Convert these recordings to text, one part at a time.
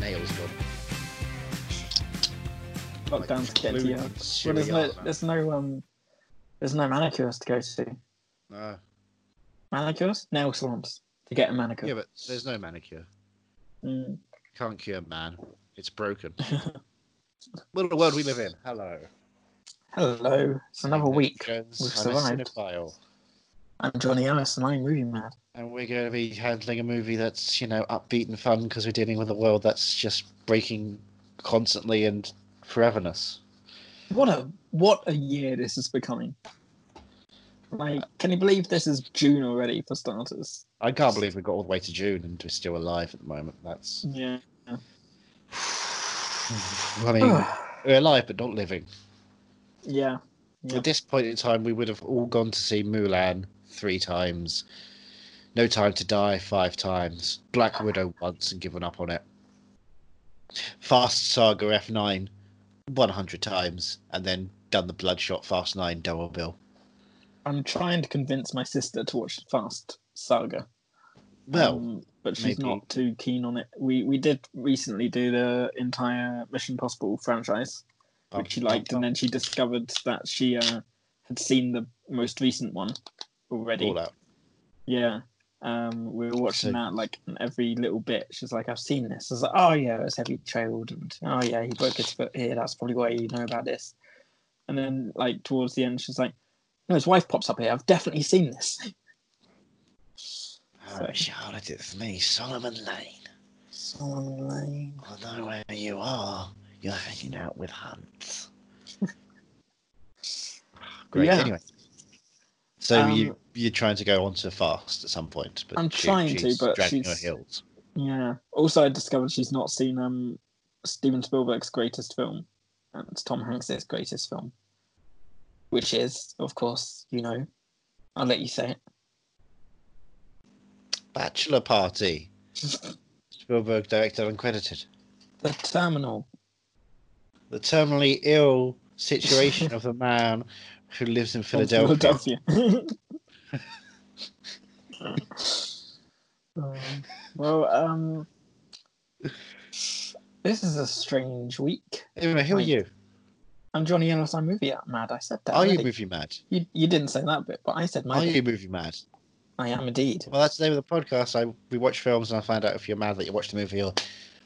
Nails gone. Lockdown's kid, blue yeah. Well, cheery there's no, eyes, man. there's no, um, there's no manicures to go to. No. Manicures? Nail salons to get a manicure. Yeah, but there's no manicure. Mm. Can't cure man. It's broken. what a world we live in. Hello. Hello, it's another Nick week. Jones, We've I'm a survived. cinephile. I'm Johnny Ellis and I'm movie mad. And we're going to be handling a movie that's, you know, upbeat and fun because we're dealing with a world that's just breaking constantly and foreverness. What a what a year this is becoming. Like, can you believe this is June already for starters? I can't believe we got all the way to June and we're still alive at the moment. That's Yeah. running. we're alive but not living. yeah. Yeah. At this point in time, we would have all gone to see Mulan three times, No Time to Die five times, Black Widow once and given up on it, Fast Saga F9 100 times, and then done the Bloodshot Fast 9 double bill. I'm trying to convince my sister to watch Fast Saga. Well, um, but she's maybe. not too keen on it. We we did recently do the entire Mission Possible franchise, which she liked, and then she discovered that she uh, had seen the most recent one already. all out. Yeah. Um, we were watching So- that like and every little bit. She's like, I've seen this. I was like, Oh yeah, it's heavily trailed and oh yeah, he broke his foot here, that's probably why you know about this. And then like towards the end she's like, No, his wife pops up here, I've definitely seen this. Oh, Charlotte, it's me, Solomon Lane. Solomon Lane. I know where you are. You're hanging out with Hunt. Great. Yeah. Anyway, so Um, you you're trying to go on to fast at some point, but I'm trying to, she's but dragging she's- her heels. Yeah. Also I discovered she's not seen um Steven Spielberg's greatest film and it's Tom Hanks's greatest film. Which is, of course, you know, I'll let you say it. Bachelor party. Spielberg directed uncredited. The terminal. The terminally ill situation of the man who lives in from Philadelphia. Philadelphia. Um, well, um, this is a strange week. Anyway, who are Right. you? I'm Johnny Ellis. I'm movie mad. I said that. Are you already. movie mad? you, you didn't say that bit, but I said Are my you movie mad? I am indeed. Well, that's the name of the podcast. I we watch films and I find out if you're mad that you watched the movie or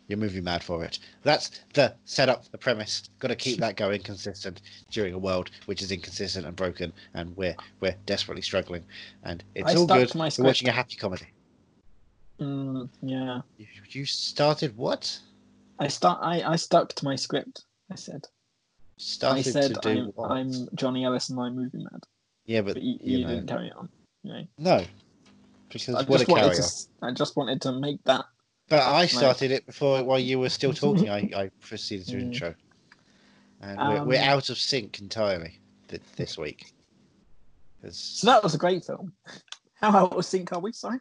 you're movie mad for it. That's the setup, the premise. Got to keep that going consistent during a world which is inconsistent and broken, and we're we're desperately struggling. And it's I all stuck good. to my We're script. watching a happy comedy. Mm, yeah. You, you started what? I start. I, I stuck to my script. I said. I Started said to do I'm, what? I'm Johnny Ellis and I'm movie mad. yeah, but, But you, you, you, know, didn't carry on. You know. no, because I what a just wanted carrier. to. s- I just wanted to make that But I started it before while you were still talking. I, I proceeded to Mm. intro, and we're, we're Um, out of sync entirely th- this week. 'Cause- So that was a great film. How out of sync are we, sorry?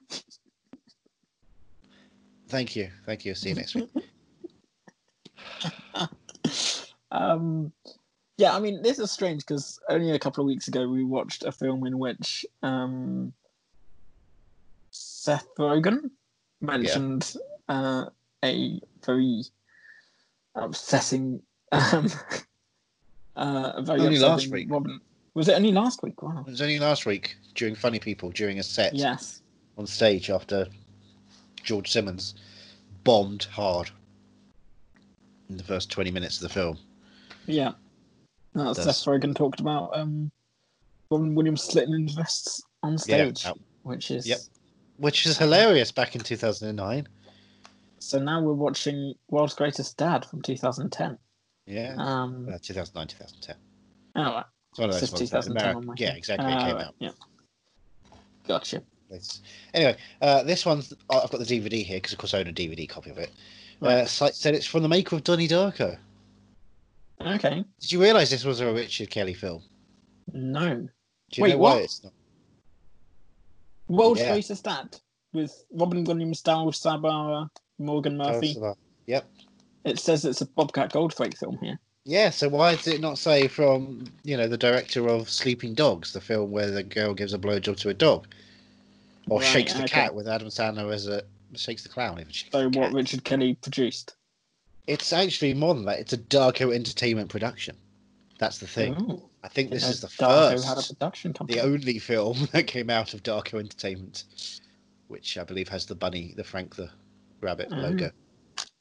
Thank you, thank you. See you next week. Um, yeah, I mean, this is strange because only a couple of weeks ago we watched a film in which um, Seth Rogen mentioned uh, a very obsessing. Um, uh, a very Only last upsetting week. Robin. Was it only last week? Wow. It was only last week during Funny People during a set Yes. on stage after George Simmons bombed hard in the first twenty minutes of the film. Yeah. Uh, That's- Seth Rogen talked about um, Robin Williams slitting his wrists on stage, Yeah, which is Yep. which is hilarious back in two thousand and nine. so. Now we're watching World's Greatest Dad from 2010. Yeah, Um, uh, two thousand nine, two thousand ten. oh, right. It's one of Says those ones. That 2010 on America, my yeah, thing. exactly. it Ah, came right, out. Yeah. Gotcha. It's- Anyway, uh, this one oh, I've got the DVD here because, of course, I own a DVD copy of it. Uh, Right. site said it's from the maker of Donnie Darko. Okay. Did you realise this was a Richard Kelly film? No. Do you Wait, know why what? it's not? World's Yeah. Greatest Dad with Robin Williams, Dal Sabara, Morgan Murphy. Yep, It says it's a Bobcat Goldthwait film here. Yeah, so why does it not say from you know the director of Sleeping Dogs, the film where the girl gives a blowjob to a dog, or Right, shakes the okay. cat with Adam Sandler as a shakes the clown even. Shakes So the what cat. Richard Kelly produced. It's actually more than that. It's a Darko Entertainment production. That's the thing. Oh, I think this didn't is know the Darko had a first, production company. Oh, the only film that came out of Darko Entertainment, which I believe has the bunny, the Frank the Rabbit Ah. logo.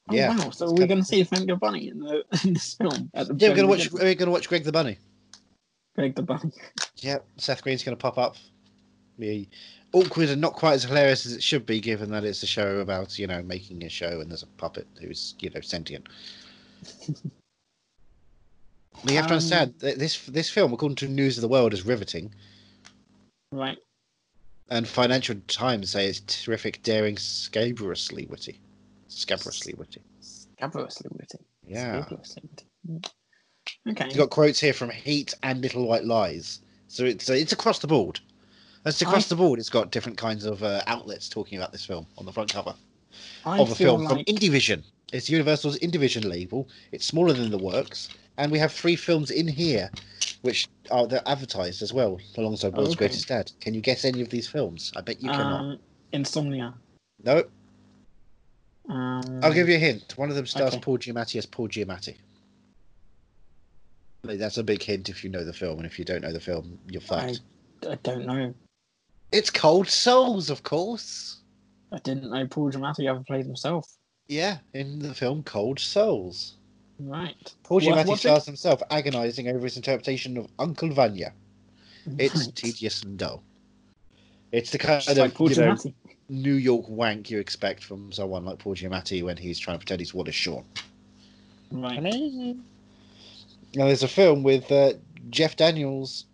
Oh, yeah. wow. So It's are we kind going to see Frank the Bunny in, the, in this film? At the Yeah, we're gonna very watch. beginning? We're gonna watch Greg the Bunny. Greg the Bunny. Yeah, Seth Green's going to pop up. Be awkward and not quite as hilarious as it should be, given that it's a show about you know making a show and there's a puppet who's you know sentient. But you have to Um, understand that this this film, according to News of the World, is riveting, Right. and Financial Times say it's terrific, daring, scabrously witty, scabrously witty. Scabrously witty. Yeah, Scabrously witty. Okay. you got quotes here from Heat and Little White Lies, so it's it's across the board. That's across the I- board. It's got different kinds of uh, outlets talking about this film on the front cover. I of the feel film from like Indivision. It's Universal's Indivision label. It's smaller than the works, and we have three films in here, which are they're advertised as well alongside World's Okay. Greatest Dad. Can you guess any of these films? I bet you cannot. um, Insomnia. No, Um, I'll give you a hint. One of them stars okay. Paul Giamatti as Paul Giamatti. Like, That's a big hint if you know the film, and if you don't know the film, you're I, fucked. I don't know. It's Cold Souls, of course. I didn't know Paul Giamatti ever played himself. Yeah, in the film Cold Souls. Right. Paul Worth Giamatti watching? stars himself agonising over his interpretation of Uncle Vanya. It's Right. tedious and dull. It's the kind Just of like Paul you know, Giamatti. New York wank you expect from someone like Paul Giamatti when he's trying to pretend he's Wallace Shawn. Right. Now there's a film with uh, Jeff Daniels,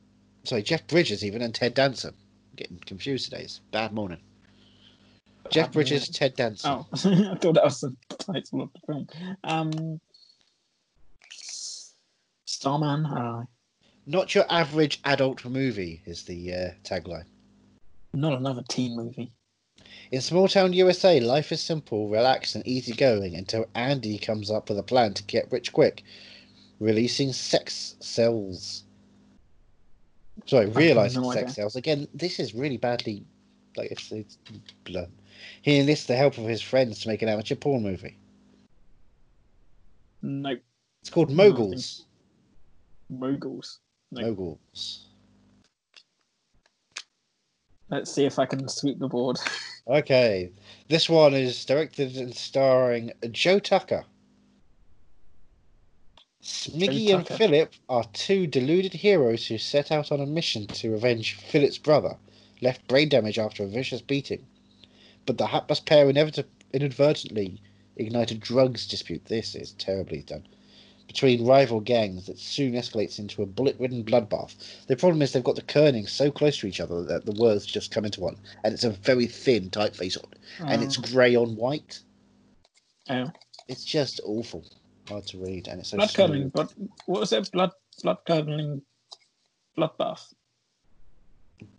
sorry Jeff Bridges even and Ted Danson. getting confused today. It's a bad morning. Jeff Bad Bridges, morning. Ted Danson. uh, Oh, I thought that was the title of the film. Um, Starman. uh, I don't know. Not your average adult movie is the uh, tagline. Not another teen movie. In small town USA, life is simple, relaxed, and easygoing until Andy comes up with a plan to get rich quick, releasing sex cells. Sorry, have realizing no sex idea. cells. Again, this is really badly, like, it's, it's blunt. He enlists the help of his friends to make an amateur porn movie. Nope. It's called Moguls. Moguls. Nothing. Moguls. Let's see if I can sweep the board. Okay. This one is directed and starring Joe Tucker. Smiggy Joe and Tucker. Philip are two deluded heroes who set out on a mission to revenge Philip's brother, left brain damage after a vicious beating. But the hapless pair inevit- inadvertently ignite a drugs dispute. This is terribly done. Between rival gangs that soon escalates into a bullet ridden bloodbath. The problem is they've got the kerning so close to each other that the words just come into one, and it's a very thin typeface on and it's Um, grey on white. oh, It's just awful, hard to read, and it's so blood small. curdling. But what was it? Blood blood curdling. Bloodbath.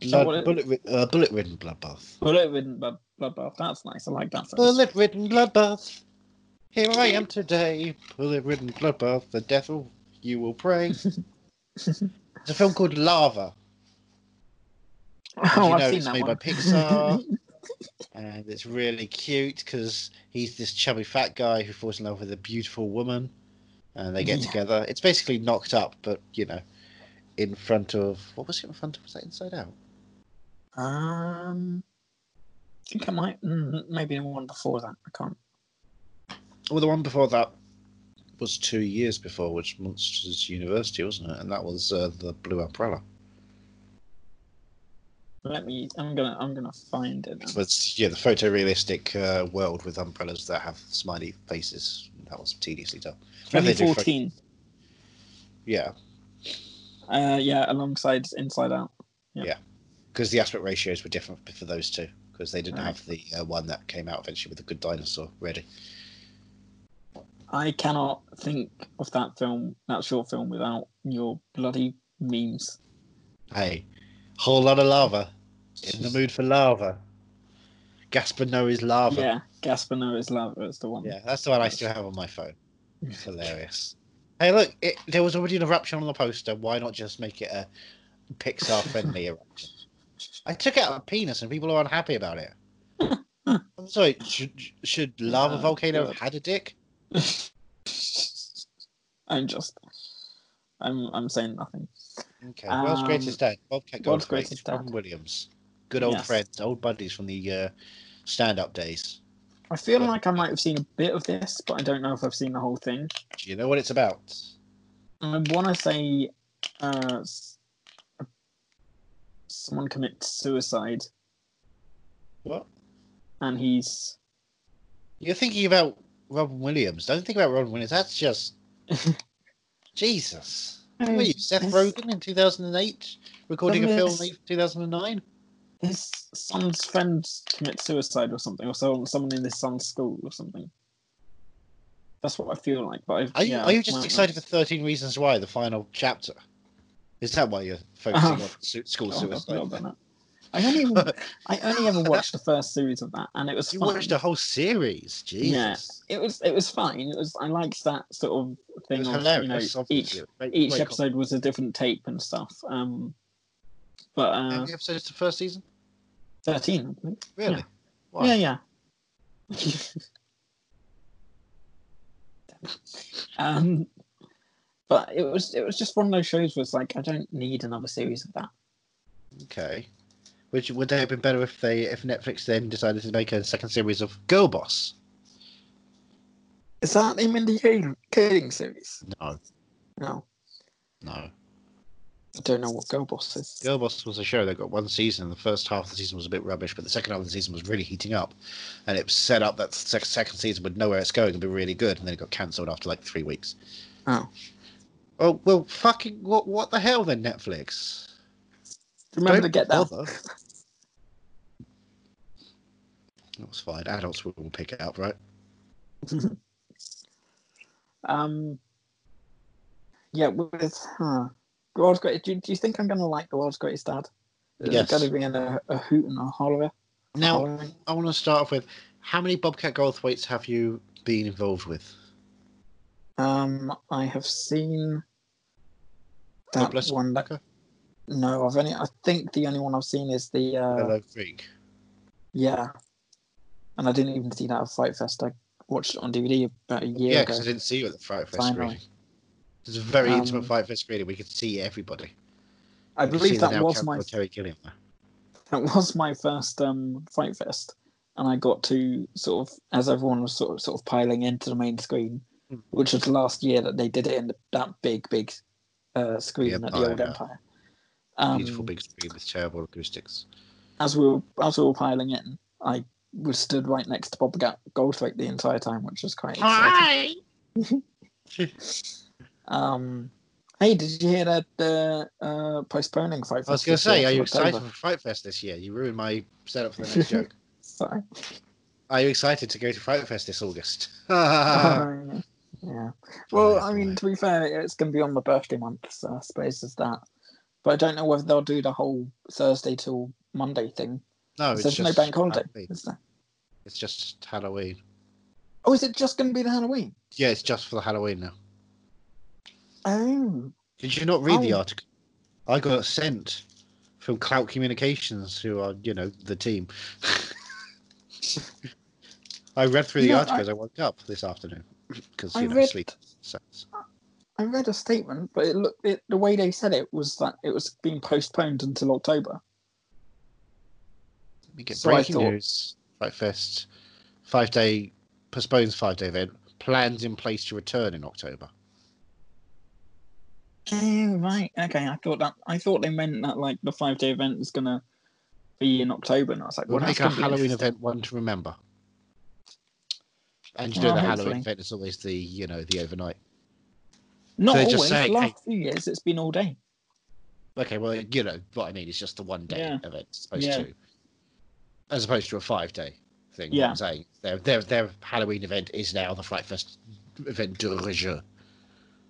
Blood- so what it- bullet, ri- uh, bullet ridden bloodbath. Bullet ridden blood bloodbath. That's nice. I like that. phrase. Bullet ridden bloodbath. Here I am today. Bullet ridden bloodbath. The death of you will pray. it's a film called Lava, Oh, you I've know, seen it's that made by one. Pixar. and it's really cute because he's this chubby fat guy who falls in love with a beautiful woman, and they get Yeah. together. It's basically knocked up, but you know, in front of what was it in front of? Was that Inside Out? um, I think I might. Mm, maybe the one before that. I can't. Well, the one before that was two years before, which Monsters University, wasn't it? And that was uh, the Blue Umbrella. Let me. I'm gonna. I'm gonna find it. now. But yeah, the photorealistic uh, world with umbrellas that have smiley faces. That was tediously done. Whenever they do pho- 2014. yeah, Uh, yeah, alongside Inside Out. because the aspect ratios were different for those two because they didn't Right. have the uh, one that came out eventually with the Good Dinosaur ready. I cannot think of that film, that short film, without your bloody memes. Hey, whole lot of lava. In the mood for lava. Gaspar Noe's lava. Yeah, Gaspar Noah's Lava is the one. Yeah, that's the one I still have on my phone. It's hilarious. Hey, look, it, there was already an eruption on the poster. Why not just make it a Pixar friendly eruption? I took out a penis and people are unhappy about it. I'm sorry, should, should lava Oh, volcano have God. had a dick? I'm just, I'm, I'm saying nothing. Okay, world's Um, greatest dad, Bobcat World's Goldthwait, Greatest Robin Dad. Williams. Good old Yes. friends, old buddies from the uh, stand up days. I feel Yeah. like I might have seen a bit of this, but I don't know if I've seen the whole thing. Do you know what it's about? I want to say, uh, s- someone commits suicide, What? and he's You're thinking about Robin Williams. Don't think about Robin Williams. That's just. Jesus. Who are you, Seth Yes. Rogen in 2008? Recording a Some film is- in 2009? his son's friend commits suicide or something, or so, someone in his son's school or something. That's what I feel like. But I've, Are you, yeah, are you just well, excited for 13 Reasons Why, the final chapter? Is that why you're focusing Oh, on su- school I've not suicide? done that. I only, I only ever watched the first series of that, and it was You fine. watched a whole series. Jesus. it was it was fine. It was I liked that sort of It thing. was Of, you know, hilarious. each obviously. Great- each great episode was a different tape and stuff. Um, but con- How uh, many episodes to the first season? thirteen, I think. Really? Yeah. Why? Yeah, yeah. um, but it was it was just one of those shows. Was like I don't need another series of that. Okay. Which would they have been better if they if Netflix then decided to make a second series of Girl Boss? Is that the Mindy Kaling, Kaling series? No, No, no. I don't know what Girl Boss is. Girl Boss was a show that got one season. The first half of the season was a bit rubbish, but the second half of the season was really heating up, and it was set up that sec- second season would know where it's going and be really good, and then it got cancelled after like three weeks. Oh. Oh well, fucking what? What the hell then, Netflix? Remember Don't to get that. bother. That's fine. Adults will pick it up, right? Um, yeah, with huh, the world's greatest. Do, do you think I'm gonna like the world's greatest dad? Is Yes. it gonna be in a, a hoot and a holler? Now, hollering? I want to start off with how many Bobcat Goldthwaits have you been involved with? um, I have seen that Oh, bless one. That, Tucker? no, I've only. I think the only one I've seen is the uh, Hello, Freak. yeah, and I didn't even see that at Fight Fest. I watched it on DVD about a year Yeah, ago. because I didn't see you at the Fright Fest Finally. screening. It's a very intimate Um, Fright Fest screening. We could see everybody. I We could see believe the that now was count my of Terry Gilliam. there. that was my first um, Fright Fest, and I got to sort of as everyone was sort of sort of piling into the main screen, Hmm. which was the last year that they did it in the, that big big uh, screen The at the old Empire. Empire. Um, Beautiful big screen with terrible acoustics. As we were as we were piling in, I was stood right next to Bob Ga- Goldthwait the entire time, which was quite Ah! exciting. Um, hey, did you hear that the uh, postponing Fright Fest? I was going to this say, year are you till October? excited for Fright Fest this year? You ruined my setup for the next joke. Sorry. Are you excited to go to Fright Fest this August? Ah. Oh, yeah. Well, I mean, to be fair, it's going to be on my birthday month, so I suppose is that. But I don't know whether they'll do the whole Thursday till Monday thing. no, Oh, it's So there's no just bank holiday, Halloween. is there? It's just Halloween. Oh, is it just going to be the Halloween? Yeah, it's just for the Halloween now. Oh, Did you not read the Oh. article? I got it sent from Clout Communications, who are, you know, the team. I read through the You know, article as I woke up this afternoon because, I you know, read sleep sucks. I read a statement, but it looked it, the way they said it was that it was being postponed until October. Let me get So I breaking thought- news. Fight Fest, five day, postpones five day event, plans in place to return in October. Oh, right. Okay, I thought that I thought they meant that like the five day event was going to be in October, and I was like, We'll well, that's make our gonna be Halloween interesting. event one to remember. And you know, Well, the Oh, hopefully. Halloween event is always the, you know, the overnight. Not They're always. just saying, last few years, it's been all day. Okay, well, you know what I mean. It's just the one day Yeah. event, as opposed Yeah. to, as opposed to a five day thing. Yeah. Yeah. I'm saying their, their their Halloween event is now the Fright Fest event de rigueur.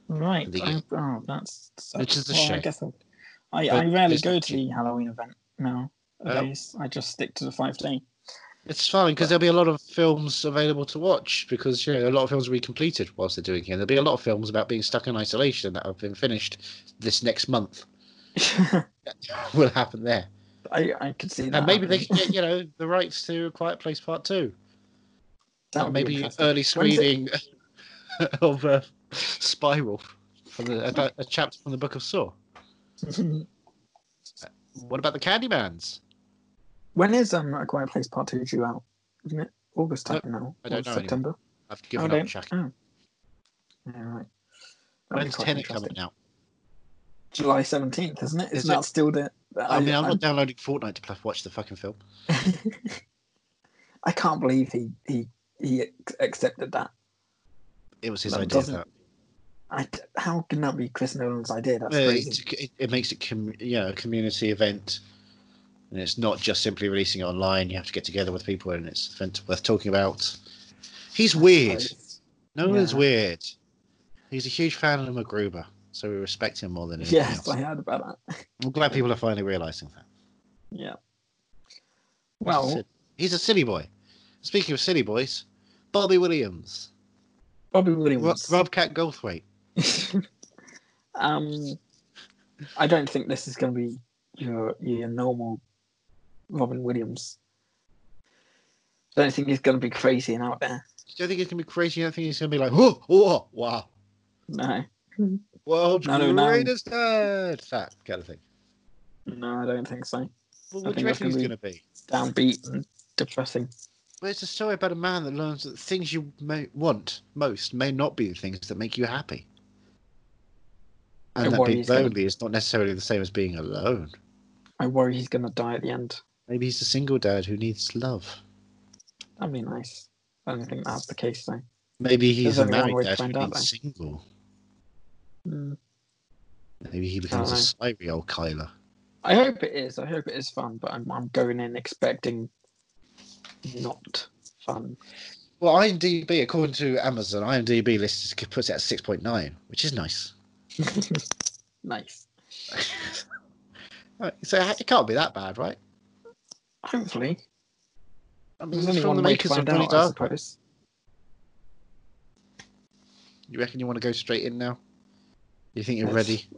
Right. The- I- oh, that's so, Which is a well, I shame. guess I, I, But I rarely it's go not to the Halloween event now. Oh. I just stick to the five day. It's fine because there'll be a lot of films available to watch because you know a lot of films will be completed whilst they're doing here. There'll be a lot of films about being stuck in isolation that have been finished this next month. will happen there, I, I could see that. and maybe they happening. can get you know the rights to A Quiet Place Part Two. That That would be maybe interesting. early When's screening it- of uh, Spiral from the about a chapter from the Book of Saw. uh, What about the Candymans? when is um A Quiet Place Part Two due out? Isn't it August time now? I don't know Or anymore. September. I've Oh, given don't- up checking. oh. Yeah, right. That'd be When's quite Tenet interesting. coming out? July seventeenth, isn't it? Isn't Is that it? still the? I mean, I'm not downloading Fortnite to pl- watch the fucking film. I can't believe he he he ac- accepted that. It was his That idea. doesn't- That. I d how can that be Chris Nolan's idea? That's Uh, crazy. it, it, it makes it com- you know a community event, and it's not just simply releasing it online. You have to get together with people, and it's an event worth talking about. He's weird. It's- Nolan's yeah. weird. He's a huge fan of MacGruber, so we respect him more than anything Yes, else. I heard about that. I'm glad people are finally realizing that. Yeah. He's a Well, si- he's a silly boy. Speaking of silly boys, Bobby Williams, Bobby Ro- Williams. Rob Cat Goldthwait. um, I don't think this is going to be your your normal Robin Williams. I don't think he's going to be crazy and out there. Do you think he's gonna be crazy? You don't think he's gonna be like, oh, oh, wow, No, world's No, no, no. greatest nerd, that kind of thing. no, I don't think so. Well, I what do think you that's reckon he's gonna gonna be? Downbeat and depressing. Well, it's a story about a man that learns that things you may want most may not be the things that make you happy. I And that worry being he's gonna- lonely is not necessarily the same as being alone. I worry he's going to die at the end. Maybe he's a single dad who needs love. That'd be nice. I don't think that's the case though. Maybe he's There's a only one way married dad to who find out, needs single. Mm. Maybe he becomes a know. slimy old Kyler. I hope it is. I hope it is fun, but I'm, I'm going in expecting not fun. Well, IMDb, according to Amazon, IMDb lists puts it at 6.9, which is nice. nice. Right, So it can't be that bad, right? Hopefully, I mean, there's it's only from one the way to makers of find Donnie out. I Darko. suppose. You reckon you want to go straight in now? You think you're Let's- ready?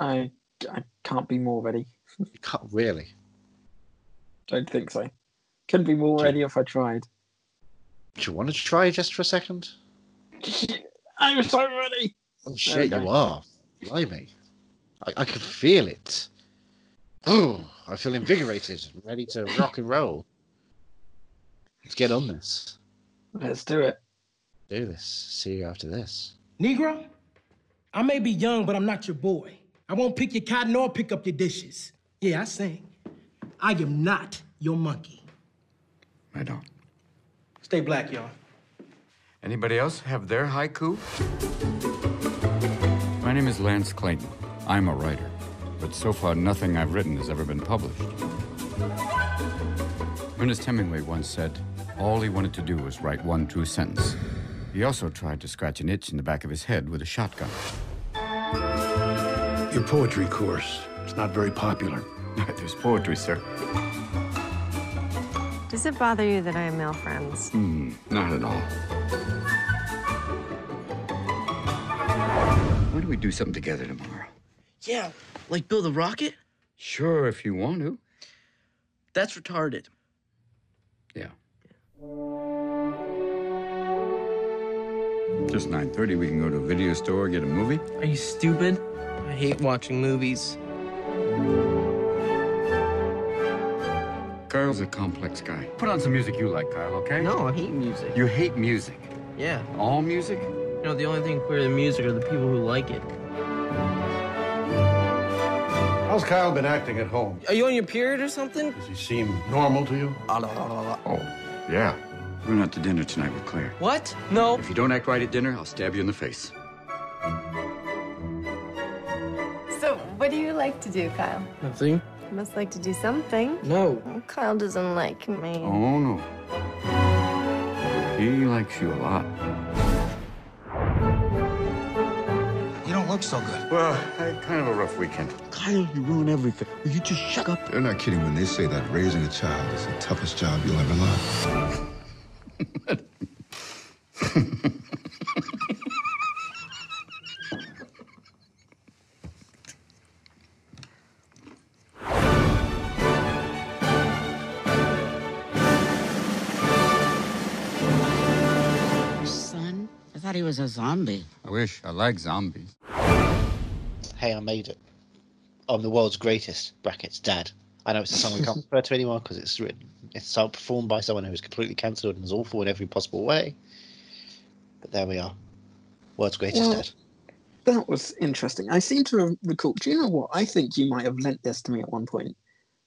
I I can't be more ready. You can't really. Don't think so. Couldn't be more Sure. ready if I tried. Do you want to try just for a second? I'm so ready. Oh we shit, go. you are. Blimey. I, I can feel it. Oh, I feel invigorated, ready to rock and roll. Let's get on this. Let's do it. Do this. See you after this. Negro, I may be young, but I'm not your boy. I won't pick your cotton or pick up your dishes. Yeah, I sing. I am not your monkey. I don't. Stay black, y'all. Anybody else have their haiku? My name is Lance Clayton. I'm a writer, but so far nothing I've written has ever been published. Ernest Hemingway once said all he wanted to do was write one true sentence. He also tried to scratch an itch in the back of his head with a shotgun. Your poetry course is not very popular. There's poetry, sir. Does it bother you that I have male friends? Not at all. Why don't we do something together tomorrow? Yeah, like build a rocket? Sure, if you want to. That's retarded. Yeah. Just 9:30 we can go to a video store, get a movie. Are you stupid? I hate watching movies. Carl's a complex guy. Put on some music you like, Carl, okay? No, I hate music. You hate music. Yeah. All music? You know, the only thing queer than music are the people who like it. How's Kyle been acting at home? Are you on your period or something? Does he seem normal to you? Oh, yeah. We're going out to dinner tonight with Claire. What? No. If you don't act right at dinner, I'll stab you in the face. So, what do you like to do, Kyle? Nothing? You must like to do something. No. Kyle doesn't like me. Oh no. He likes you a lot. You know, don't look so good. Well, I had kind of a rough weekend. Kyle, you ruin everything. Will you just shut up? They're not kidding when they say that raising a child is the toughest job you'll ever love. Son? I thought he was a zombie. I wish I like zombies. Hey, I made it. I'm the world's greatest brackets dad. I know it's a song we can't refer to anyone because it's written, it's sung- performed by someone who is completely cancelled and is awful in every possible way. But there we are, world's greatest Well- dad. That was interesting. I seem to recall. Do you know what? I think you might have lent this to me at one point.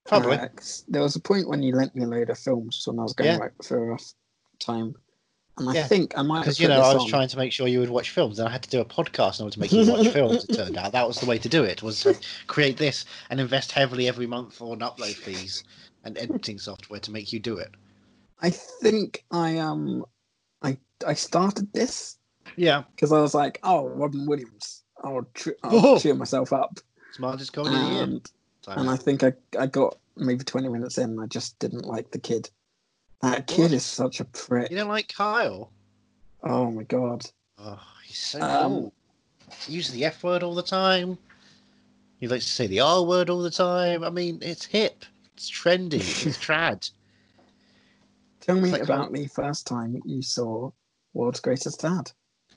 Probably. Uh, 'cause there was a point when you lent me a load of films when I was going Yeah. right for a rough time, and I Yeah. think I might have Because you put know, this I was on. trying to make sure you would watch films, and I had to do a podcast in order to make you watch films. It turned out that was the way to do it: was to create this and invest heavily every month on upload fees and editing software to make you do it. I think I um, I I started this Yeah, because I was like, oh, Robin Williams, I'll, tr- Oh. I'll cheer myself up, smartest comedy of the year. and, Simon. Um, and I think I I got maybe twenty minutes in, and I just didn't like the kid. That kid is such a prick. You don't like Kyle? Oh my god. Oh, he's so Um, cool. He uses the F word all the time. He likes to say the R word all the time. I mean, it's hip. It's trendy. It's trad. Tell me It's like- um, about the first time you saw World's Greatest Dad.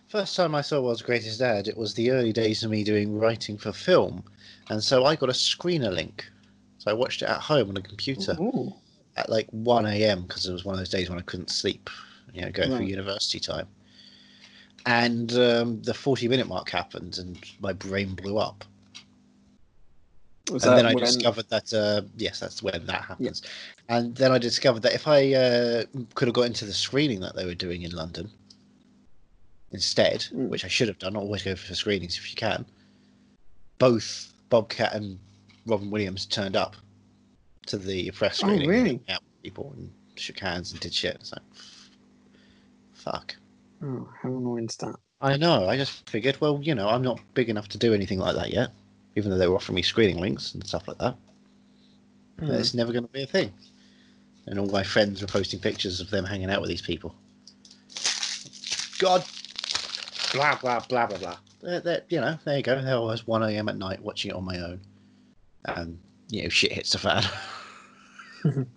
First time I saw World's Greatest Dad, it was the early days of me doing writing for film, and so I got a screener link. So I watched it at home on a computer Ooh. at like 1 a.m. because it was one of those days when I couldn't sleep, you know, going through Right. university time. And um, the 40 minute mark happened, and my brain blew up. Was and then I when- discovered that uh, yes, that's when that happens. And then I discovered that if I uh, could have got into the screening that they were doing in London instead, Mm. which I should have done, always go for screenings if you can. Both Bobcat and Robin Williams turned up to the press Oh, screening. really? Yeah, people and shook hands and did shit. It's like, fuck. Oh, how annoying is that? I know. I just figured, well, you know, I'm not big enough to do anything like that yet, even though they were offering me screening links and stuff like that. But Mm. It's never going to be a thing. And all my friends were posting pictures of them hanging out with these people. God, blah blah blah blah blah. They're, they're, you know, there you go. There I was 1 a.m. at night watching it on my own, and you know, shit hits the fan. good,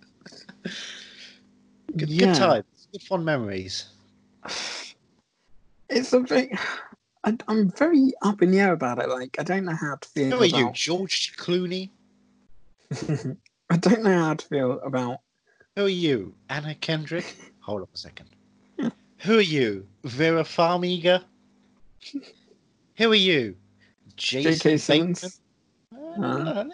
Yeah. good times, good fond memories. It's a big. I, I'm very up in the air about it. Like, I don't know how to feel. Who are you, about, George Clooney? I don't know how to feel about. Who are you, Anna Kendrick? Hold on a second. Who are you, Vera Farmiga? Who are you, Jason J.K. Bateman? Simmons. Uh,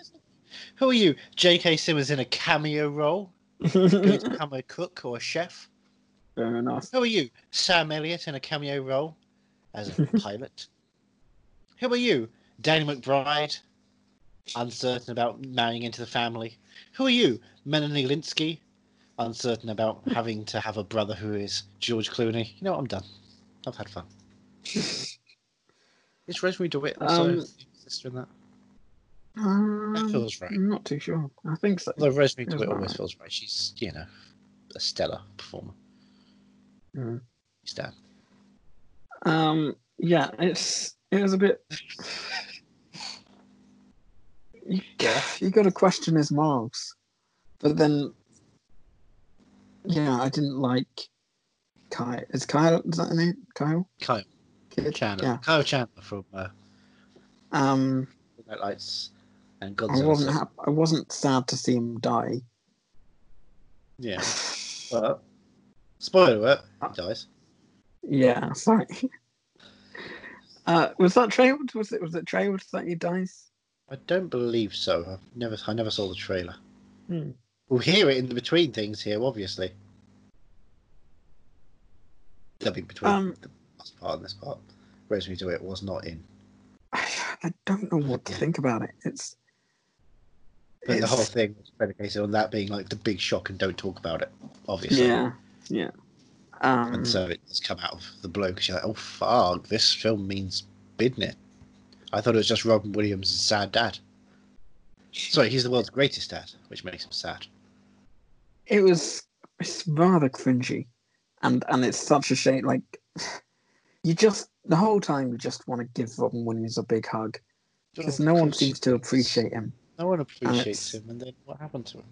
Who are you, J.K. Simmons in a cameo role? Going to Fair become a cook or a chef? enough. Who are you, Sam Elliott in a cameo role as a pilot? Who are you, Danny McBride? Uncertain about marrying into the family. Who are you, Melanie Linsky? Uncertain about having to have a brother who is George Clooney. You know what? I'm done. I've had fun. Is Rosemary DeWitt also Um, a sister in that? That Um, feels right. I'm not too sure. I think so. Although Rosemary feels DeWitt about always right. feels right. She's, you know, a stellar performer. Mm. She's Dan. Um, yeah, it's it was a bit. you, you got to question his morals, but then, yeah, I didn't like Kyle. Is Kyle is that the name? Kyle. Kyle Kid? Chandler. Yeah. Kyle Chandler from uh, Um, Night Lights and I Godzilla. wasn't hap- I wasn't sad to see him die. yeah. But spoiler alert, Uh. he dies. Yeah, sorry. Uh, was that trailed? Was it was it trailed that he dies? I don't believe so. I've never I never saw the trailer. Hmm. We'll hear it in the between things here, obviously. I mean, between Um, the last part and this part. Rosemary DeWitt was not in. I, I don't know what to think about it. It's But the it's- whole thing was predicated on that being like the big shock and don't talk about it, obviously. Yeah, yeah. Um, And so it's come out of the blue because you're like, oh, fuck, this film means business. I thought it was just Robin Williams' sad dad. Sorry, he's the world's greatest dad, which makes him sad. it was it's rather cringy and and it's such a shame like you just the whole time you just want to give robin williams a big hug Oh, because no one seems to appreciate him No one appreciates Alex. him, and then what happened to him?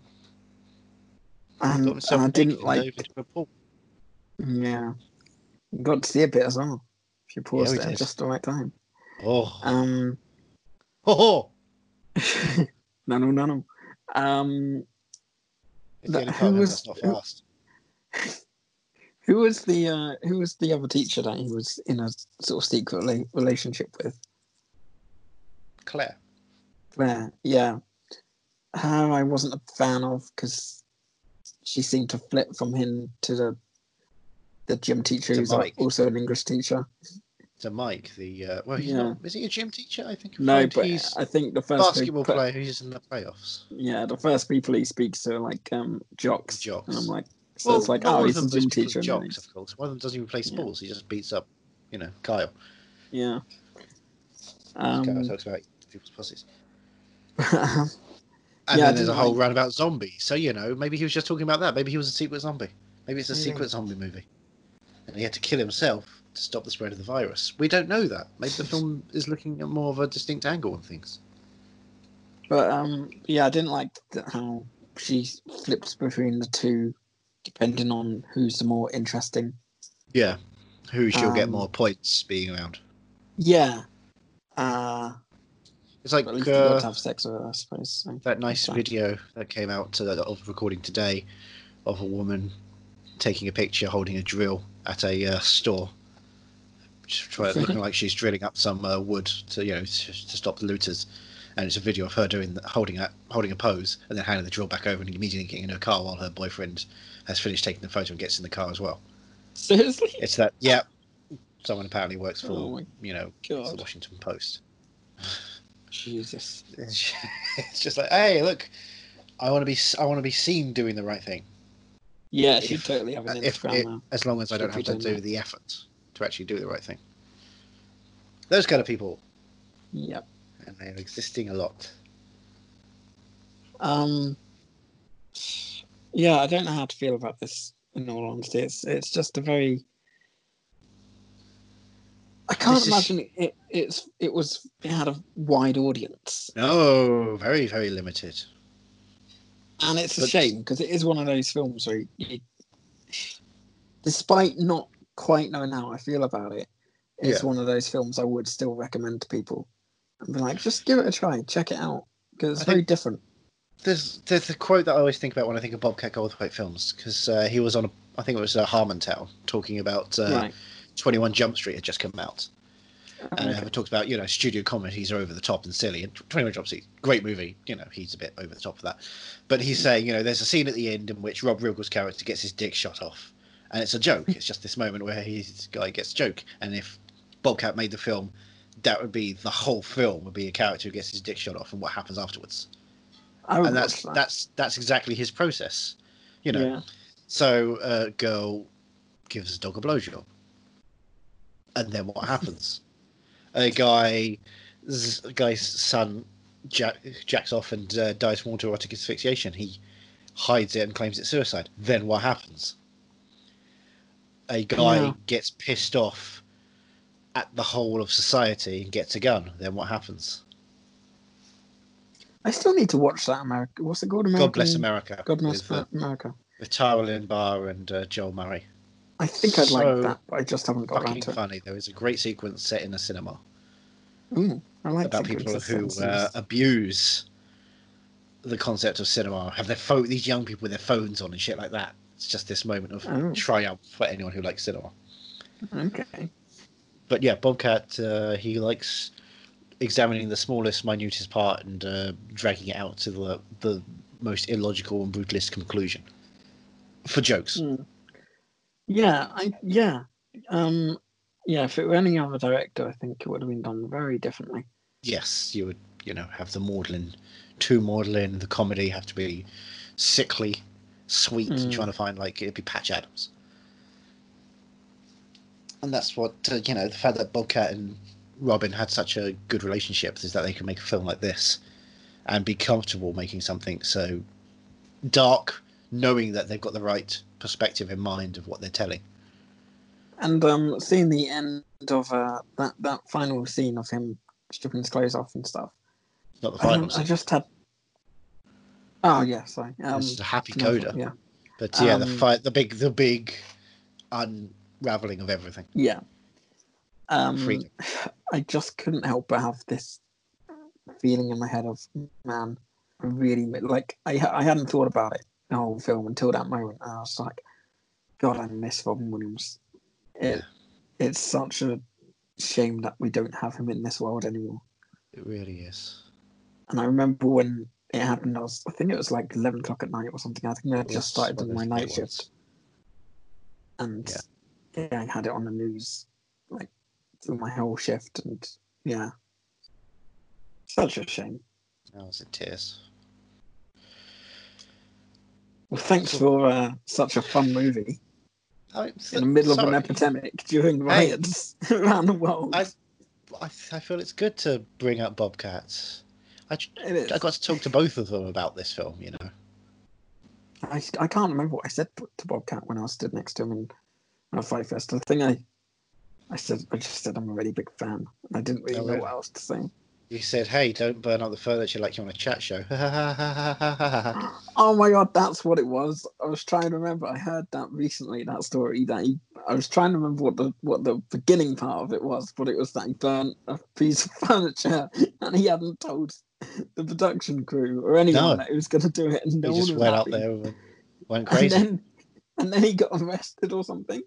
and, Got and himself i naked didn't and like over to a pool. yeah You got to see a bit as well if you paused we it at did. just the right time Oh, um oh, oh. no no no no um It's That- the only who part of him was- that's not who- fast. who was the uh who was the other teacher that he was in a sort of secret rela- relationship with Claire. Claire, yeah. Her I wasn't a fan of because she seemed to flip from him to the the gym teacher To who's Mike. also an English teacher. to Mike, the uh, well, he's Yeah. not, is he a gym teacher? I think No, Right, but he's I think the a first basketball people, player who's in the playoffs. Yeah, the first people he speaks to are like um jocks. Jocks. And I'm like, so it's like, not oh, one he's of a them gym plays teacher. Jocks, and he's- of course. One of them doesn't even play Yeah. sports. He just beats up, you know, Kyle. Yeah. Kyle Um, talks about people's pussies. yeah, And Yeah, I then there's a didn't whole like- rant about zombies. So you know, maybe he was just talking about that. Maybe he was a secret zombie. Maybe it's a Maybe. secret zombie movie, and he had to kill himself to stop the spread of the virus. We don't know that. Maybe the film is looking at more of a distinct angle on things. but um, yeah, I didn't like that how she flips between the two, depending on who's the more interesting Yeah, who she'll get Um, more points being around. Yeah. Uh, It's like but at least you got uh, to have sex with her, I suppose. So. that nice Sorry. video that came out to that of recording today of a woman taking a picture holding a drill at a uh, store She's try- looking like she's drilling up some uh, wood to you know to, to stop the looters and it's a video of her doing the, holding that holding a pose and then handing the drill back over and immediately getting in her car while her boyfriend has finished taking the photo and gets in the car as well Seriously? it's that yeah someone apparently works for Oh my you know it's the God. washington post Jesus. it's just like hey look i want to be s- i want to be seen doing the right thing Yeah, she If- totally have Uh, an if Instagram it- now. as long as I don't Should be have to do doing that. the effort to actually do the right thing. Those kind of people, Yep. and they are existing a lot. Um, yeah, I don't know how to feel about this, in all honesty. It's, it's just a very. I can't This is- imagine it, it's it was it had a wide audience, No, Oh, very very limited. and it's a But- shame because it is one of those films where, you, despite not quite knowing how I feel about it, it's Yeah. one of those films I would still recommend to people. And be like, just give it a try, check it out because it's I very different. There's there's a quote that I always think about when I think of Bobcat Goldthwait films because uh, he was on a I think it was uh, Harmontown talking about uh, right? 21 Jump Street had just come out. And Oh, Okay. uh, it talks about, you know, studio comedies are over the top and silly. And 21 Jump Street, great movie. You know, he's a bit over the top of that. But he's Mm. saying, you know, there's a scene at the end in which Rob Riggle's character gets his dick shot off. And it's a joke. It's just this moment where he's, this guy gets a joke. And if Bobcat made the film, that would be the whole film would be a character who gets his dick shot off and what happens afterwards. I would And that's watch Oh, that. that's that's exactly his process. You know, Yeah. so a girl gives a dog a blowjob. And then what happens? a guy, z- a guy's son jack, jacks off and uh, dies from autoerotic asphyxiation. He hides it and claims it's suicide. Then what happens? A guy Yeah. gets pissed off at the whole of society and gets a gun. Then what happens? I still need to watch that America. What's it called? American... God bless America. God bless with, uh, America. with Tara Lynn Barr and uh, Joel Murray. I think I'd like so that, but I just haven't got around Fucking to it. funny. There is a great sequence set in a cinema. Ooh, I like about people sequences, who sentences. uh, abuse the concept of cinema, have their phone, these young people with their phones on and shit like that. It's just this moment of Oh. triumph for anyone who likes cinema. Okay. But yeah, Bobcat, uh, he likes examining the smallest, minutest part and uh, dragging it out to the the most illogical and brutalist conclusion for jokes. Mm. Yeah, I yeah. Um yeah, if it were any other director, I think it would have been done very differently. Yes, you would, you know, have the maudlin, too maudlin. The comedy have to be sickly, sweet, and Mm. trying to find like it'd be Patch Adams. And that's what uh, you know. The fact that Bobcat and Robin had such a good relationship is that they could make a film like this and be comfortable making something so dark, knowing that they've got the right perspective in mind of what they're telling. And um, seeing the end of uh, that that final scene of him stripping his clothes off and stuff. Not the I, final don't- I scene. just had. Oh yeah, sorry. Um, This is a happy another- coda. Yeah, But yeah, the um, fight, the big, the big unraveling of everything. yeah. Um, Freedom. I just couldn't help but have this feeling in my head of man, I really like I ha- I hadn't thought about it the whole film until that moment, and I was like, God, I miss Robin Williams. It, It's such a shame that we don't have him in this world anymore. It really is. And I remember when it happened, I was I think it was like eleven o'clock at night or something. I think I had Yes, just started one doing of my those night big shift, and yeah. I had it on the news like through my whole shift, and yeah, such a shame. That was in tears. Well, thanks for uh, such a fun movie Oh, in the middle of an sorry. epidemic during riots around the world. I- I, I feel it's good to bring up Bobcats. I, tr- It is. I got to talk to both of them about this film, you know. I, I can't remember what I said to Bobcat when I stood next to him in in a fight fest. The thing I I said I just said I'm a really big fan. I didn't really Oh, know really? what else to say. You said, hey, don't burn up the furniture like you're on a chat show. Oh my god, that's what it was. I was trying to remember. I heard that recently. That story that he, I was trying to remember what the what the beginning part of it was, but it was that he burnt a piece of furniture and he hadn't told the production crew or anyone No. that he was going to do it, and no he one just was went out happy. there and went crazy. And then, and then he got arrested or something,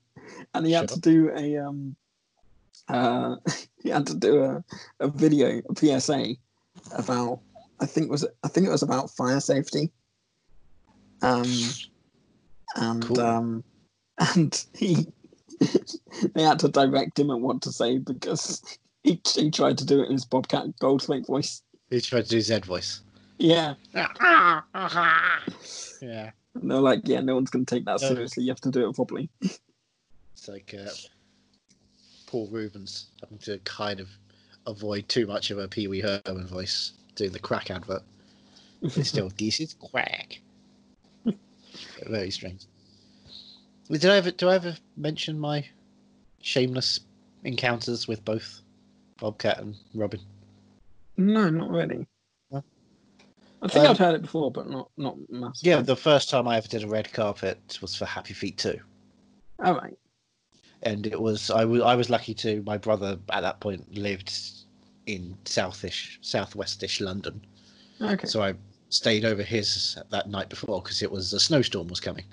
and he had Sure. to do a um, uh, he had to do a, a video, a PSA about I think was I think it was about fire safety. Um, and Cool. um, and he they had to direct him at what to say because he, he tried to do it in his Bobcat Goldthwait voice. He tried to do Z voice. Yeah. Yeah. And they're like, yeah, no one's going to take that Yeah. seriously. You have to do it properly. It's like uh, Paul Rubens having to kind of avoid too much of a Pee Wee Herman voice doing the crack advert. But still, this is quack. Very strange. Well, Did I ever do I ever mention my shameless encounters with both Bobcat and Robin? No, not really. No? I think Um, I've heard it before, but not not massively. Yeah, the first time I ever did a red carpet was for Happy Feet Two. All right. and it was I was I was lucky to my brother at that point lived in southish southwestish London, Okay. so I stayed over his that night before because it was a snowstorm was coming,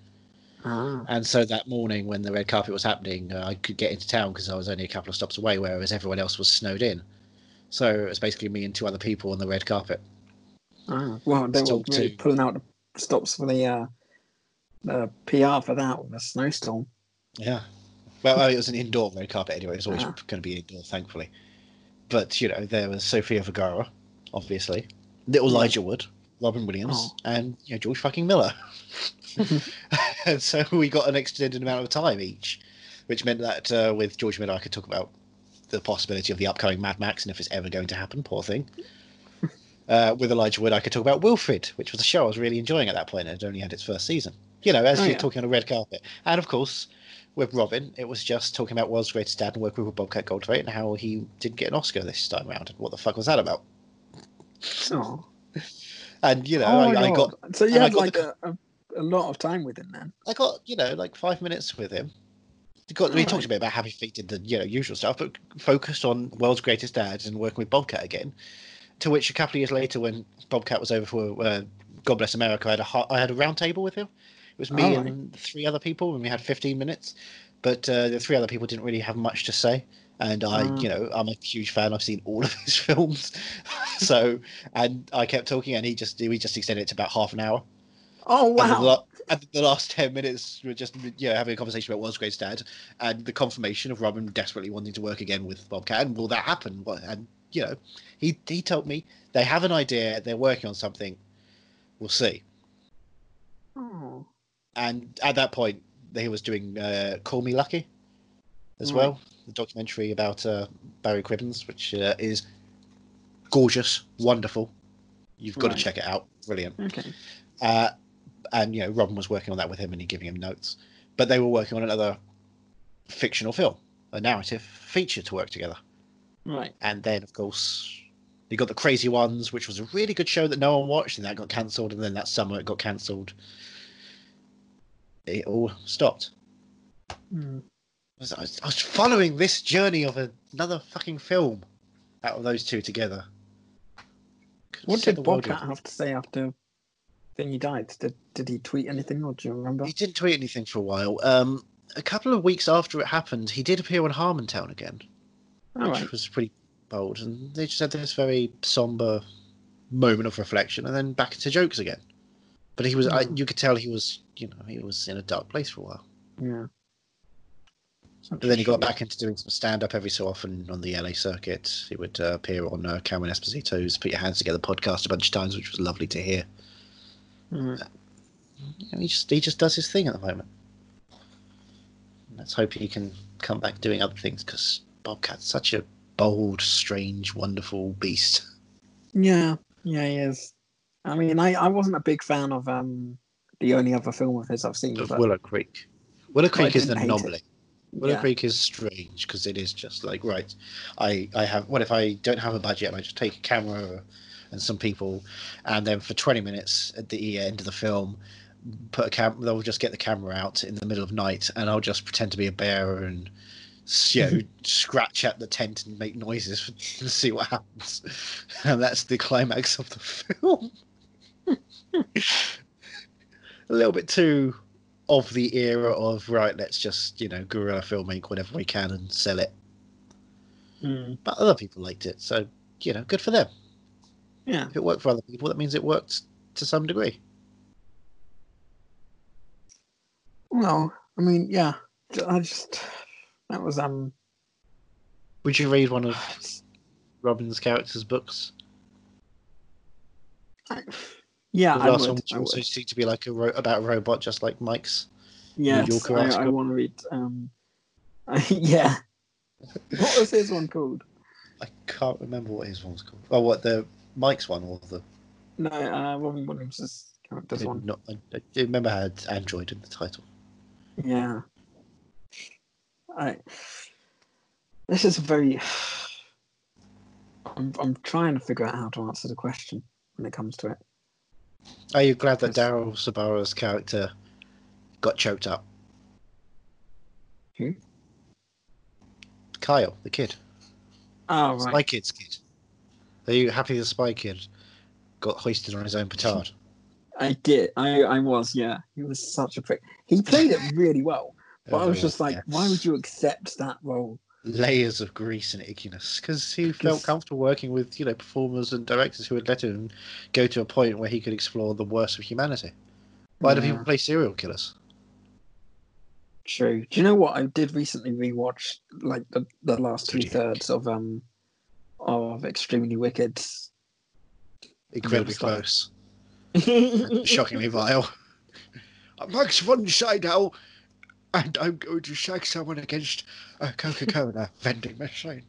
ah. and so that morning when the red carpet was happening, uh, I could get into town because I was only a couple of stops away, whereas everyone else was snowed in. So it was basically me and two other people on the red carpet. ah. Well, they were Still really two. pulling out the stops for the uh, the PR for that with a snowstorm. Yeah. Well, I mean, it was an indoor red carpet anyway. It was always Ah. going to be indoor, thankfully. But, you know, there was Sofia Vergara, obviously, little Yeah. Elijah Wood, Robin Williams, Oh. and you know, George fucking Miller. and so we got an extended amount of time each, which meant that uh, with George Miller, I could talk about the possibility of the upcoming Mad Max and if it's ever going to happen, poor thing. Uh, with Elijah Wood, I could talk about Wilfred, which was a show I was really enjoying at that point. It had only had its first season. You know, as Oh, you're yeah. talking on a red carpet. And of course, with Robin, it was just talking about World's Greatest Dad and working with Bobcat Goldthwait and how he didn't get an Oscar this time around. And what the fuck was that about? Oh, And, you know, oh my I, I God. got so you and I had got like the- a, a, a lot of time with him then. I got you know like five minutes with him. We Got, we Alright. talked a bit about Happy Feet did the you know usual stuff, but focused on World's Greatest Dads and working with Bobcat again. To which a couple of years later, when Bobcat was over for uh, God Bless America, I had a ho- I had a round table with him. It was me Alright. and three other people, and we had fifteen minutes. But uh, the three other people didn't really have much to say. And I, Ah. you know, I'm a huge fan. I've seen all of his films, so and I kept talking, and he just we just extended it to about half an hour. Oh And the, wow. la- and the last 10 minutes, we were just you know, having a conversation about World's Greatest Dad and the confirmation of Robin desperately wanting to work again with Bobcat. And will that happen? What, and, you know, he, he told me they have an idea, they're working on something, we'll see. Oh. And at that point, he was doing uh, Call Me Lucky as Right. well, the documentary about uh, Barry Cribbins, which uh, is gorgeous, wonderful. You've got Right. to check it out. Brilliant. Okay. Uh, and you know, Robin was working on that with him, and he giving him notes. But they were working on another fictional film, a narrative feature to work together. Right. And then, of course, you got the Crazy Ones, which was a really good show that no one watched, and that got cancelled. And then that summer, it got cancelled. It all stopped. Hmm. I was, I was- I was following this journey of another fucking film out of those two together. What Set did the world Bobcat on- have to say after then he died? Did, did he tweet anything or do you remember? He didn't tweet anything for a while. Um, a couple of weeks after it happened, he did appear on Harmontown again, All which right. was pretty bold. And they just had this very somber moment of reflection, and then back to jokes again. But he was, I, Hmm. you could tell he was, you know, he was in a dark place for a while. Yeah. But then he got back into doing some stand up every so often on the LA circuit. He would uh, appear on uh, Cameron Esposito's Put Your Hands Together podcast a bunch of times, which was lovely to hear. Right. You know, he just he just does his thing at the moment. Let's hope he can come back doing other things because Bobcat's such a bold, strange, wonderful beast. Yeah, yeah, he is. I mean, I, I wasn't a big fan of um the only other film of his I've seen. Of But Willow Creek. Willow Creek is an didn't hate it. anomaly. Willow yeah. Creek is strange because it is just like right. I I have what if I don't have a budget and I just take a camera and some people, and then for twenty minutes at the end of the film, put a cam. They'll just get the camera out in the middle of night, and I'll just pretend to be a bear and s- you know scratch at the tent and make noises and see what happens. And that's the climax of the film. a little bit too of the era of right, let's just you know guerrilla filming whatever we can and sell it. Mm, But other people liked it, so you know, good for them. yeah, If it worked for other people, that means it worked to some degree. well, I mean, yeah, j- I just that was um Would you read one of Robin's character's books? I, yeah, the I last would, one I which also would. seemed to be like a ro- about a robot, just like Mike's. Yes, Yorker I, I article. want to read um yeah. What was his one called? I can't remember what his one's called. Oh, what the Mike's one or the No, uh, Robin Williams' character's one. not? I, I do remember I had Android in the title. Yeah. I. This is very. I'm I'm trying to figure out how to answer the question when it comes to it. Are you Oh, glad that Yes. Daryl Sabara's character got choked up? Who? Kyle, the kid. Oh right. Spy Kid's kid. Are you happy the Spy Kid got hoisted on his own petard? I did. I I was. Yeah. He was such a prick. He played it really well, but I was Oh, just like, yeah. why would you accept that role? Layers of grease and ickiness because he felt Yes. comfortable working with you know performers and directors who would let him go to a point where he could explore the worst of humanity. Why do Yeah. people play serial killers? True. Do you know what? I did recently rewatch like the, the last two Zodiac. thirds of um of Extremely Wicked. Incredibly style. close, shockingly vile. I'm Max von Sydow, and I'm going to shag someone against a Coca-Cola vending machine.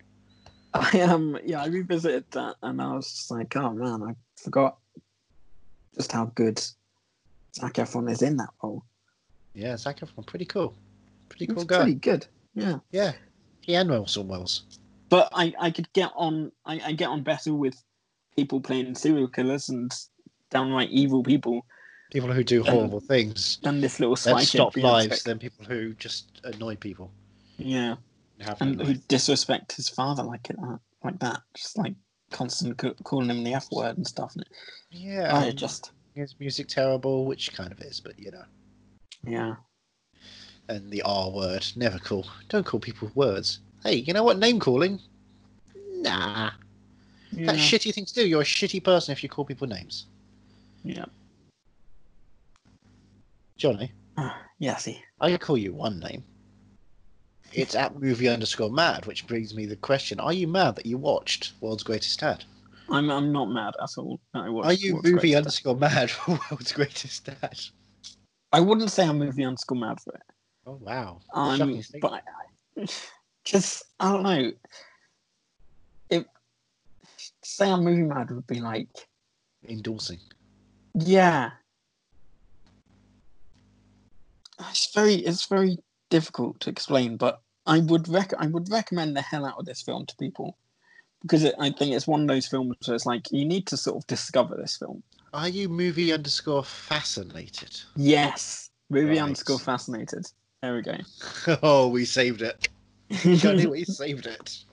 I um yeah, I revisited that and I was just like, oh man, I forgot just how good Zac Efron is in that role. Yeah, Zac Efron, pretty cool, pretty He's cool guy. pretty good. Yeah. Yeah, he and Wilson Wells. But I, I could get on I, I get on better with people playing serial killers and downright evil people People who do horrible things than this little that psychic. stop lives than people who just annoy people. Yeah. and have And no who life. disrespect his father like it uh, like that. Just like constant c- calling him the F word and stuff. And yeah, I and just his Um, music terrible, which kind of is, but you know, yeah. and the R word, never call. Don't call people words. Hey, you know what? Name calling? Nah, yeah. that's shitty thing to do. You're a shitty person if you call people names, yeah. Johnny. Yeah, see. I can call you one name. It's at movie underscore mad, which brings me the question: Are you mad that you watched World's Greatest Dad? I'm I'm not mad at all. No, I watched, Are you watched Great movie Stuff. underscore mad for World's Greatest Dad? I wouldn't say I'm movie underscore mad for it. Oh wow! I'm, Shocking but I, I, Because I don't know. If say I'm movie mad would be like, Endorsing. yeah. It's very it's very difficult to explain, but I would rec- I would recommend the hell out of this film to people because it, I think it's one of those films where it's like you need to sort of discover this film. Are you movie underscore fascinated? Yes, movie Right. underscore fascinated. There we go. oh, we saved it. Johnny, we saved it.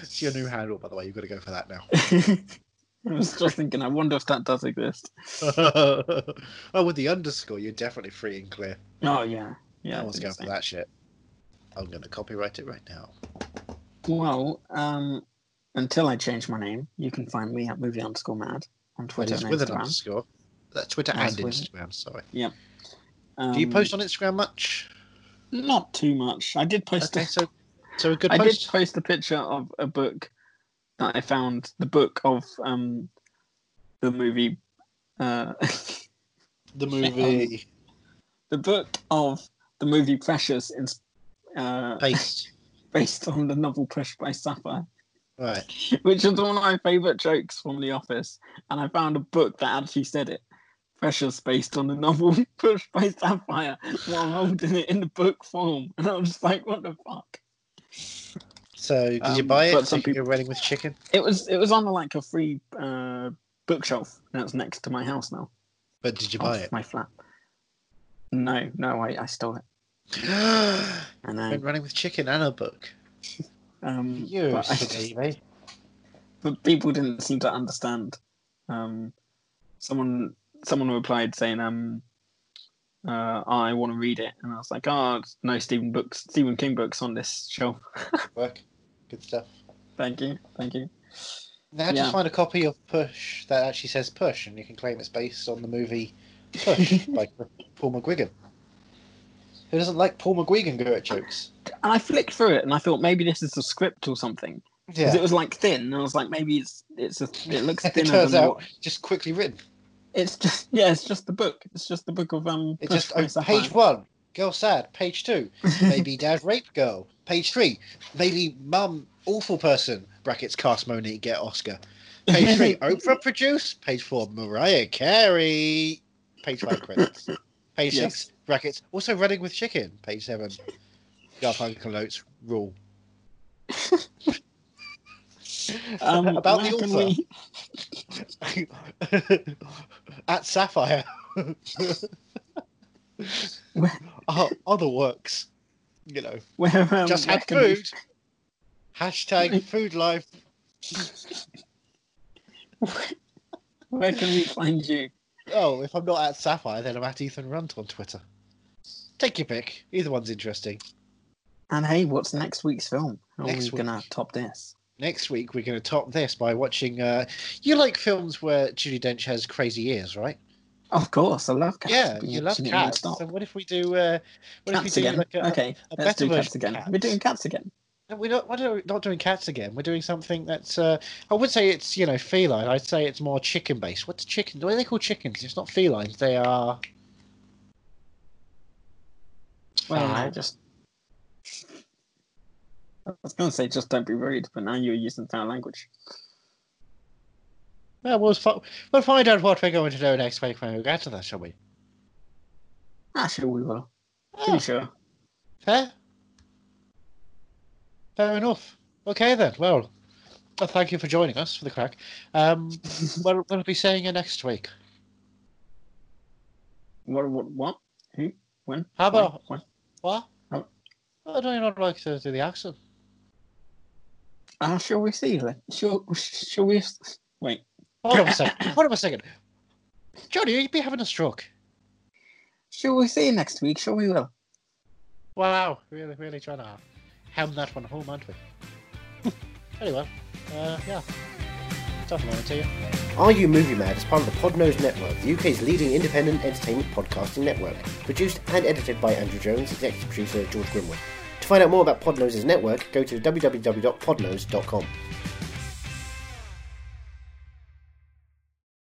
It's your new handle, by the way. You've got to go for that now. I was just thinking. I wonder if that does exist. oh, with the underscore, you're definitely free and clear. Oh yeah, yeah. no one's I going think for that shit. I'm going to copyright it right now. so. Well, um, until I change my name, you can find me at movie underscore mad on But Twitter it's and with an Instagram. underscore. That Twitter Yes, and with- Instagram, sorry. Um, Do you post on Instagram much? Not too much. I did post. Okay, a- so so a good I post. did post a picture of a book that I found. The book of um, the movie. Uh, The movie. the book of the movie Precious, in, uh, Paste. based on the novel Pressure by Sapphire. Right. which is one of my favorite jokes from The Office. And I found a book that actually said it. Precious based on the novel Pushed by Sapphire while holding it in the book form. And I was just like, what the fuck? So did you Um, buy it? but So some you're running with chicken? It was it was on like a free uh, bookshelf and it's next to my house now. But did you buy off it? My flat. No, no, I, I stole it. And I Went running with chicken and a book. um You but I- Stevie. but people didn't seem to understand. Um, someone someone replied saying, um, uh, "I want to read it," and I was like, "Oh no, Stephen books, Stephen King books on this shelf." Work. Good stuff. thank you, thank you. Now just Yeah. find a copy of Push that actually says Push, and you can claim it's based on the movie Push by Paul McGuigan. Who doesn't like Paul McGuigan go at jokes? And I flicked through it, and I thought maybe this is a script or something because Yeah. it was like thin, and I was like, maybe it's it's a, it looks It thinner turns than out what- just quickly written. it's just yeah, it's just the book. It's just the book of um. It Push just by oh, Sapphire. page one, girl sad. Page two, maybe dad rape girl. Page three, maybe mum awful person. Brackets cast Moni get Oscar. Page three, Oprah produce. Page four, Mariah Carey. Page five, credits. Page Yes. six, brackets also running with chicken. Page seven, Garfunkel notes rule. Um, About the where author. can we- At Sapphire. Where- O- Other works, you know. Where, um, just where had can we- food. Hashtag food life. Where can we find you? Oh, if I'm not at Sapphire, then I'm at Ethan Runt on Twitter. Take your pick. Either one's interesting. And hey, what's next week's film? How Next are we week. Oh, gonna top this? Next week, we're going to top this by watching. Uh, you like films where Judy Dench has crazy ears, right? Of course, I love cats. Yeah, Been you love watching it cats. nonstop. So what if we do? Uh, what if we Cats do again. like a? okay, a let's better do version of cats again. Cats. We're doing cats again. We're not. What are we not doing cats again? We're doing something that's. Uh, I would say it's you know feline. I'd say it's more chicken based. What's chicken? What are they call chickens? It's not felines. They are. Well, Fine. I just. I was gonna say just don't be rude, but now you're using foul language. Well, we'll, fi- we'll find out what we're going to do next week when we get to that, shall we? Ah, sure we will. Ah. Pretty sure. Fair? Fair enough. Okay, then. Well, well, thank you for joining us for the crack. Um, what what will be saying you next week? What? What? What? Who? When? How about- When? When? What? Um, Oh, do you not like to do the accent? Ah, shall we see? Then? Shall Shall we? Wait. Hold on a second. Hold on a second. Johnny, you'd be having a stroke. Shall we see you next week? Sure we will. Wow, really, really trying to ham that one home, aren't we? anyway, uh, yeah. Tough moment to you. Are You Movie Mad is part of the Podnose Network, the UK's leading independent entertainment podcasting network. Produced and edited by Andrew Jones, executive producer George Grimwood. To find out more about Podnose's network, go to www.podnose.com.